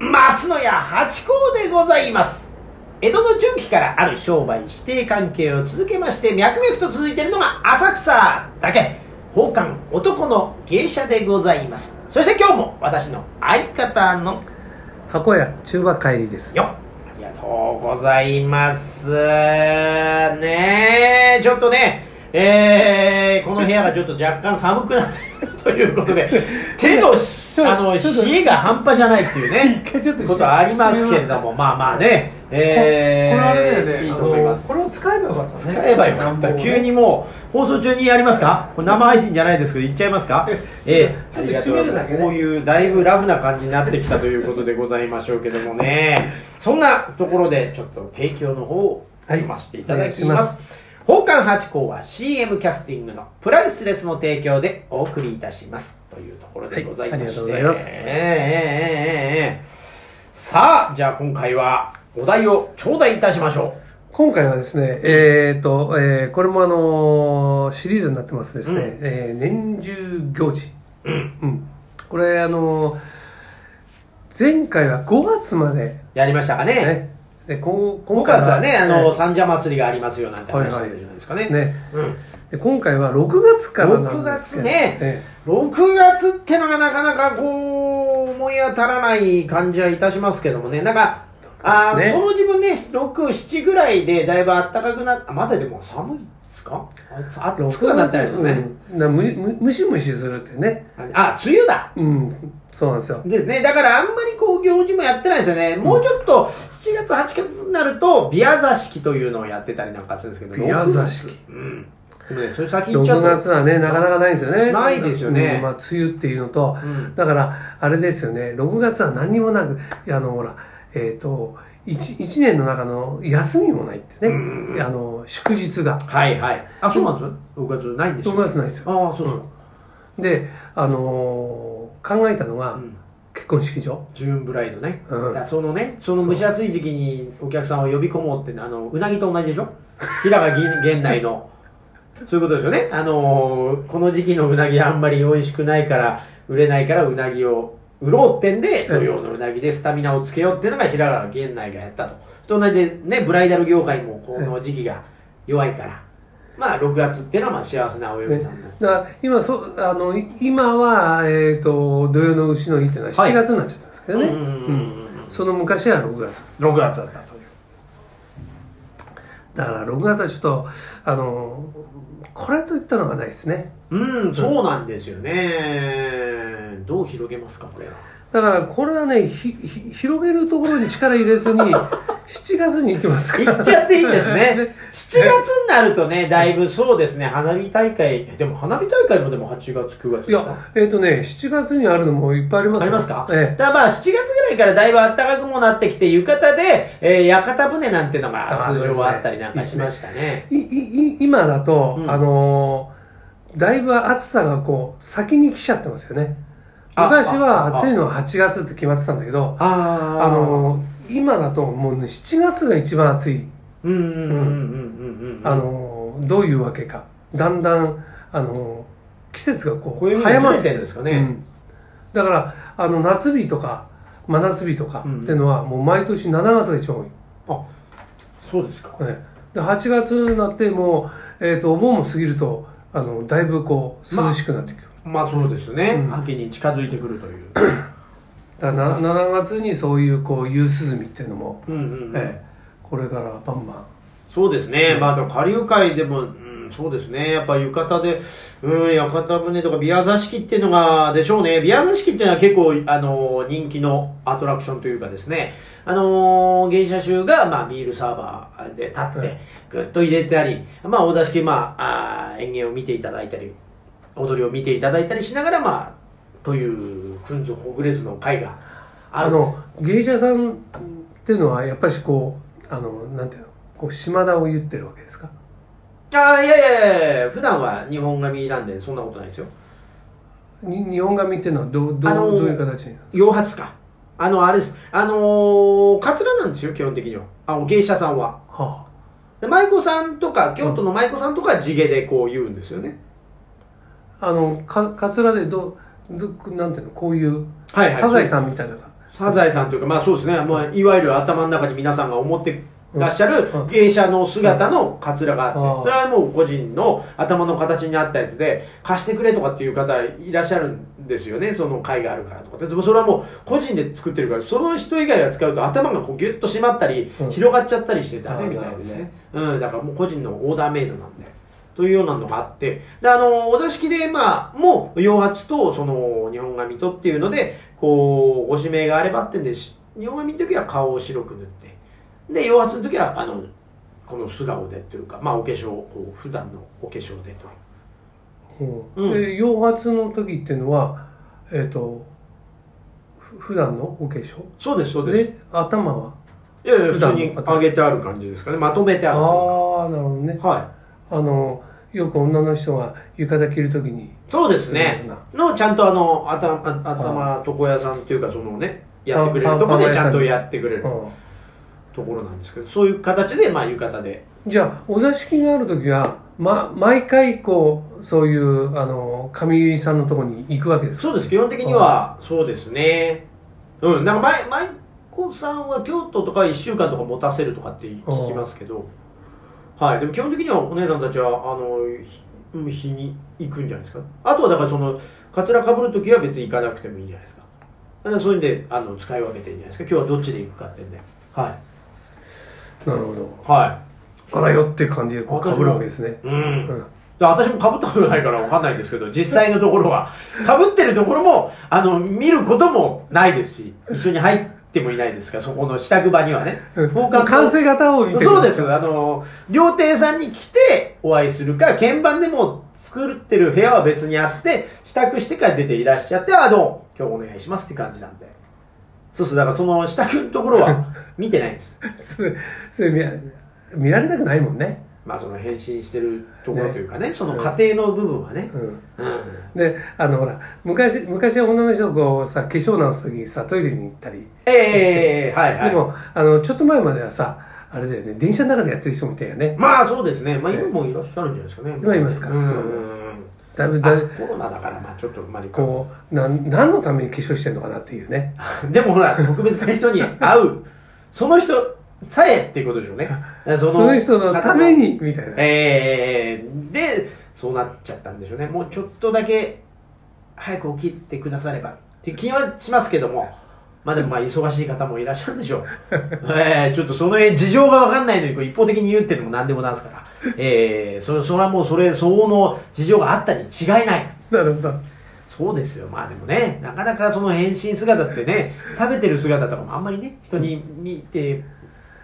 松野屋八甲でございます江戸の中期からある商売指定関係を続けまして脈々と続いているのが浅草だけ宝冠男の芸者でございますそして今日も私の相方の箱屋中馬帰りですよっありがとうございますねえちょっとねえー、この部屋がちょっと若干寒くなっている ということで手のしちょあのちょっと冷えが半端じゃないっていうね回ちょっとことはありますけれどもまあまあねえー、これあれだよねいいと思いますあのこれを使えばよかったね使えばよかった、急にもう放送中にやりますかこれ生配信じゃないですけど言っちゃいますかええちょっと締めるだけねこういうだいぶラフな感じになってきたということでございましょうけどもねそんなところでちょっと提供の方を読ませていただきはいおま願いしますす宝冠八甲は CM キャスティングのプライスレスの提供でお送りいたしますというところでございまして、はいありがとうございますええええええええさあじゃあ今回はお題を頂戴いたしましょう今回はですねえっ、と、えーこれもあのーシリーズになってますですね、うんえー年中行事うん、これあのー前回は5月までやりましたかねねでこ5今回月はね、あの、三社祭りがありますよなんて話だったじゃないですかね。ねうん。で今回は6月からなんですけ6ど月ねえ6月ってのがなかなかこう、思い当たらない感じはいたしますけどもね。なんか、あーねその自分ね、6、7ぐらいでだいぶ暖かくなった。まだでも寒いですかあー暑くはなってないですよね。うん、なむむムシムシするってねあ、梅雨だうんそうなんですよですね。だからあんまりこう行事もやってないですよね。もうちょっと7月、8月になると、ビア座敷というのをやってたりなんかするんですけど。ビア座敷うん。でもね、それ先行っちゃう6と。月はね、なかなかないんですよね。ないですよねうんまあ、梅雨っていうのと、んだから、あれですよね、6月は何にもなく、あの、ほら、えっ、と、1, 一年の中の休みもないってね、あの、祝日が。はいはい。あ、そうなんです ?6 月ないんです6月ないんですよ。ああ、そうそう。で、あのー考えたのが、ん結婚式場。ジューンブライドね。うんだからそのね、その蒸し暑い時期にお客さんを呼び込もうって、あの、うなぎと同じでしょ平賀銀源内の。そういうことですよね。あのーこの時期のうなぎあんまり美味しくないから、売れないからうなぎを売ろうってんで、う土ん曜のうなぎでスタミナをつけようってのが平賀源内がやったと。と同じでね、ブライダル業界もこの時期が弱いから。まあ、6月ってのはまあ幸せなお嫁ねさんの。だから、今、そう、あの、い今は、えっ、と、土曜の牛の日っていうのははい7月になっちゃったんですけどね。うんうんうんうんその昔は6月。 6月だったという。だから6月はちょっと、あの、これといったのがないですね。うん、そうなんですよね。どう広げますか、これ は。だからこれはね、ひ、ひ広げるところに力入れずに、7月に行きますから。行っちゃっていいんです ね。7月になるとね、だいぶそうですね、花火大会。でも花火大会もでも8月、9月 いや、えっ、とね、7月にあるのもいっぱいありますあよりますか、ええだからまあ7月ぐらいからだいぶ暖かくもなってきて、浴衣で、えー屋形船なんてのが通常はあったりなんかしましたね。いいい今だと、うんあのーだいぶ暑さがこう、先に来ちゃってますよね。あ昔あはあ暑いのは8月って決まってたんだけど、あああ、のー今だともうね、7月が一番暑い。うんうんうんうんうんうん。あのどういうわけかだんだんあの季節がこ暦うが早まってずれてるんですかねうんだからあの夏日とか真夏日とかうんっていうのはもう毎年7月が一番多い、あ、そうですか。ね、で8月になってもう、えー、とお盆も過ぎるとあのだいぶこう涼しくなってくる、まあそうですね、うん秋に近づいてくると いう。だからな7月にそういうこう夕涼みっていうのも、うんうんうんええこれからバンバンそうですね、ねまあでも下流会でも、うん、そうですね、やっぱ浴衣で、うん、屋形船とかビア座敷っていうのが、でしょうね、ビア座敷っていうのは結構、あのー人気のアトラクションというかですね、あのー、芸者衆が、まあ、ビールサーバーで立っはてい、ぐっと入れたり、まあ、お座敷、まあ、あー演芸を見ていただいたり、踊りを見ていただいたりしながら、まあ、という、くんずほぐれずの会がああるんですの芸者さんっていうのはやっぱりこうあのなんていうのこう島田を言ってるわけですかああ、いやいやいやいや普段は日本髪なんで、そんなことないですよ。に日本髪っていうのはどうどう,、あのーどういう形になるんです洋髪か。あの、あれです。あのー、カツラなんですよ、基本的には。あの、芸者さんは。か、はで舞妓さんとか、京都の舞妓さんとかは地毛でこう言うんですよね。あ、あのかかつらでどうどうなんていうのこういう、はいはいサザエさんみたいなのがサザエさんというか、まあそうですね、まあ、いわゆる頭の中に皆さんが思ってらっしゃるうんうん芸者の姿のカツラがあって、うんそれはもう個人の頭の形にあったやつで、貸してくれとかっていう方いらっしゃるんですよね、その会があるからとか。でもそれはもう個人で作ってるから、その人以外が使うと頭がこうギュッと締まったり、うん広がっちゃったりしてダメあーみたいですねなる。うん、だからもう個人のオーダーメイドなんで。というようなのがあって、で、あの、お座敷で、まあ、もう、洋髪と、その、日本髪とっていうので、こう、ご指名があればってんで、し日本髪の時は顔を白く塗って、で、洋髪の時は、あの、この素顔でというか、まあ、お化粧、こう、普段のお化粧でという。うんで洋髪の時っていうのはえっ、とふ普段のお化粧そうです、そうでです。頭はいやいや、普普通段のに上げてある感じですかね。まとめてああある。ーなるほどねはい。あのよく女の人が浴衣着る時にそうですね。の、ちゃんとあの、頭、あ頭床屋さんというか、そのね、やってくれるとこでちゃんとやってくれるうんところなんですけど、そういう形で、まあ、浴衣で。じゃあお座敷がある時は、ま、毎回こうそういうあの上井さんのところに行くわけですかそうです、基本的には、そうですね。うん、なんか、ま、舞子さんは京都とか1週間とか持たせるとかって聞きますけど、はい、でも基本的にはお姉さんたちは、あの、ひうん日に行くんじゃないですか。あとはだからその、カツラかぶるときは別に行かなくてもいいんじゃないですか。だからそういうんで、あの、使い分けていいんじゃないですか。今日はどっちで行くかってんで。はい。なるほどはあらよっていう感じでこう私もかぶるわけですねい。うん。うんで私も被ったことないからわかんないですけど、実際のところは。被ってるところも、あの、見ることもないですし、一緒に入ってもいないですから、そこの支度場にはね。もう完成型を見てくるそうですよ。あの、料亭さんに来てお会いするか、鍵盤でも作ってる部屋は別にあって、支度してから出ていらっしゃって、あ、どうも、今日お願いしますって感じなんで。そうそう、だからその支度のところは見てないんです。それそれ見ら見られたくないもんね、まあその変身してるところという かね、その家庭の部分はね。うん、うんであのほら昔昔は女の人がこうさ化粧直す時にさトイレに行ったりええはいはい。でもあのちょっと前まではさあれだよね電車の中でやってる人もいたよねまあそうですね。まあ今もいらっしゃるんじゃないですかね。今いますかうんうんうん。だいぶだいぶあコロナだから、まあちょっとあんまりここうなん何のために化粧してんのかなっていうねう。でもほら、特別な人に会う、その人さえっていうことでしょう ね。そその人のため。にみたいなええで、そうなっちゃったんでしょうね。もうちょっとだけ、早く起きてくださればって気はしますけども。まあでもまあ忙しい方もいらっしゃるんでしょう。ええちょっとその辺事情がわかんないのにこう一方的に言うっていうのも何でもなんですから。ええそれ、それはもうそれ相応の事情があったに違いない。なるほどそうですよ。まあでもね、なかなかその変身姿ってね、食べてる姿とかもあんまりね、人に見て、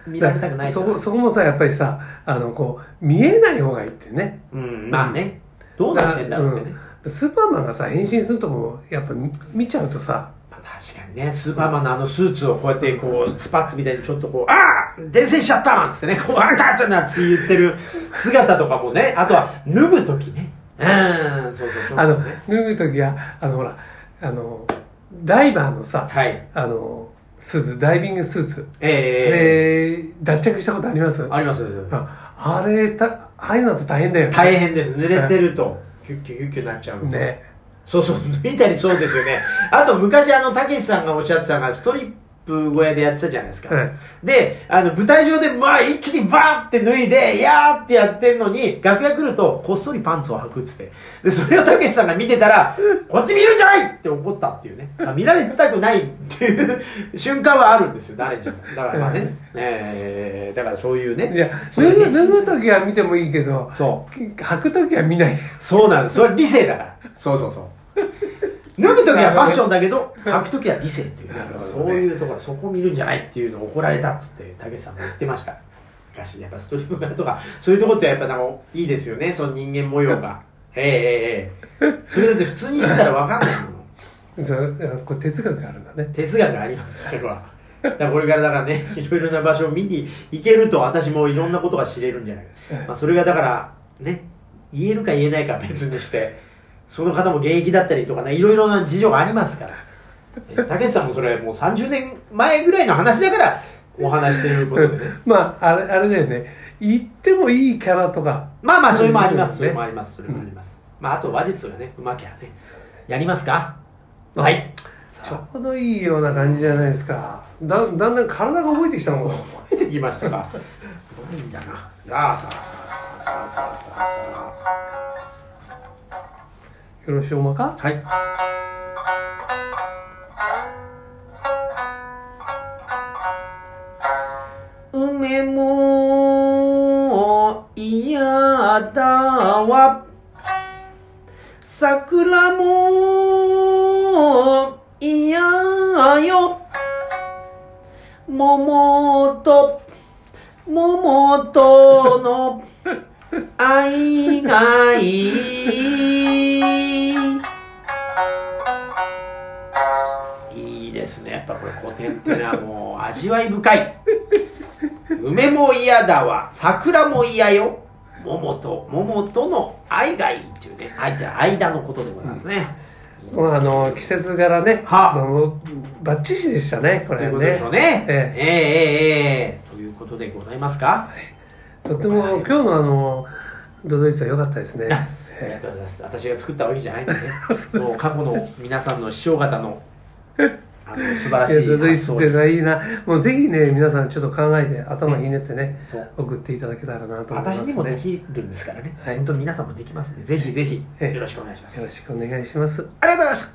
見られたくないそからこそこもさやっぱりさあのこう見えない方がいいってねうん、まあね。どうなってんだろうってね。うんスーパーマンがさ変身するとこもやっぱ見見ちゃうとさまあ、確かにね、スーパーマンのあのスーツをこうやってこう、スパッツみたいにちょっとこう、ああ伝染しちゃったなんつってね、こう、あったってなって言ってる姿とかも ね、あとは脱ぐときね。うん、そうそうそう。あの、脱ぐときは、あの、ほら、あの、ダイバーのさ、はい。あの、スーツ、ダイビングスーツ。えで、脱着したことありますー、ありますああれ、た、ああいうのって大変だよね。大変です。濡れてると、キュッキュッキュッキュッなっちゃうんで。ね。そうそう、脱いだりそうですよ ね。あと、昔、あの、たけしさんがおっしゃってたのが、ストリップ小屋でやってたじゃないですか。はいで、あの、舞台上で、まあ、一気にバーって脱いで、いやーってやってんのに、楽屋来ると、こっそりパンツを履くっつって。で、それをたけしさんが見てたら、こっち見るんじゃないって怒ったっていうね。あ見られたくないっていう瞬間はあるんですよ、誰にも。だからまあね。えー、だからそういうね。じゃあ、そうい脱うぐ、脱ぐときは見てもいいけど、そう。履くときは見ない。そうなの。それは理性だから。そうそうそう。脱ぐときはファッションだけど、履くときは理性っていう、なるほどねそういうところ、そこ見るんじゃないっていうのを怒られたっつって、たけしさんも言ってました。昔、やっぱストリームガーとか、そういうとこってやっぱなんかいいですよね、その人間模様 が。ええええええ。それだって普通にしてたらわかんないもの。そう、あこれ哲学があるんだね。 哲学あります、それは。だからこれからだからね、 いろいろな場所を見に行けると私もいろんなことが知れるんじゃないか。まあそれがだから、ね、言えるか言えないかは別にして、その方も現役だったりとかね、いろいろな事情がありますから。えたけしさんもそれもう30年前ぐらいの話だから、お話してることでね。まあ、あれ、あれだよね。言ってもいいからとか。まあまあ、それもあります、うんそれもあります、それもあります。まああと話術がね、うまきゃね。やりますかうんはい。さちょうどいいような感じじゃないですかだだんだん体が覚えてきたもん 出てきました か。ないんだな。ああ、さあさあさあさあさあよろしおまかさあ。はい。梅も嫌だわ。桜も嫌よ。桃と桃との愛がいい。いいですね。やっぱこれ古典ってのはもう味わい深い。梅も嫌だわ。桜も嫌よ。桃と桃との愛がいいっていうね。愛って間のことでございますね。まああの季節柄ねはもうバッチシでしたねこといれうことでねしょうね。えええええええということでございますか。とっても今日のあのドドイツは良かったですねあありがえとうございます。私が作ったわけじゃないん でね。そうでもすう過去の皆さん の師匠方のあの素晴らえしいやいドドイ発ツ想ってで。のいいなもうぜひね皆さんちょっと考えて頭ひねってねそう送っていただけたらなと思います私ねにもできるんですからね。はい本当に皆さんもできますんで、ぜひぜひええよろしくお願いします。よろしくお願いしますありがとうございました。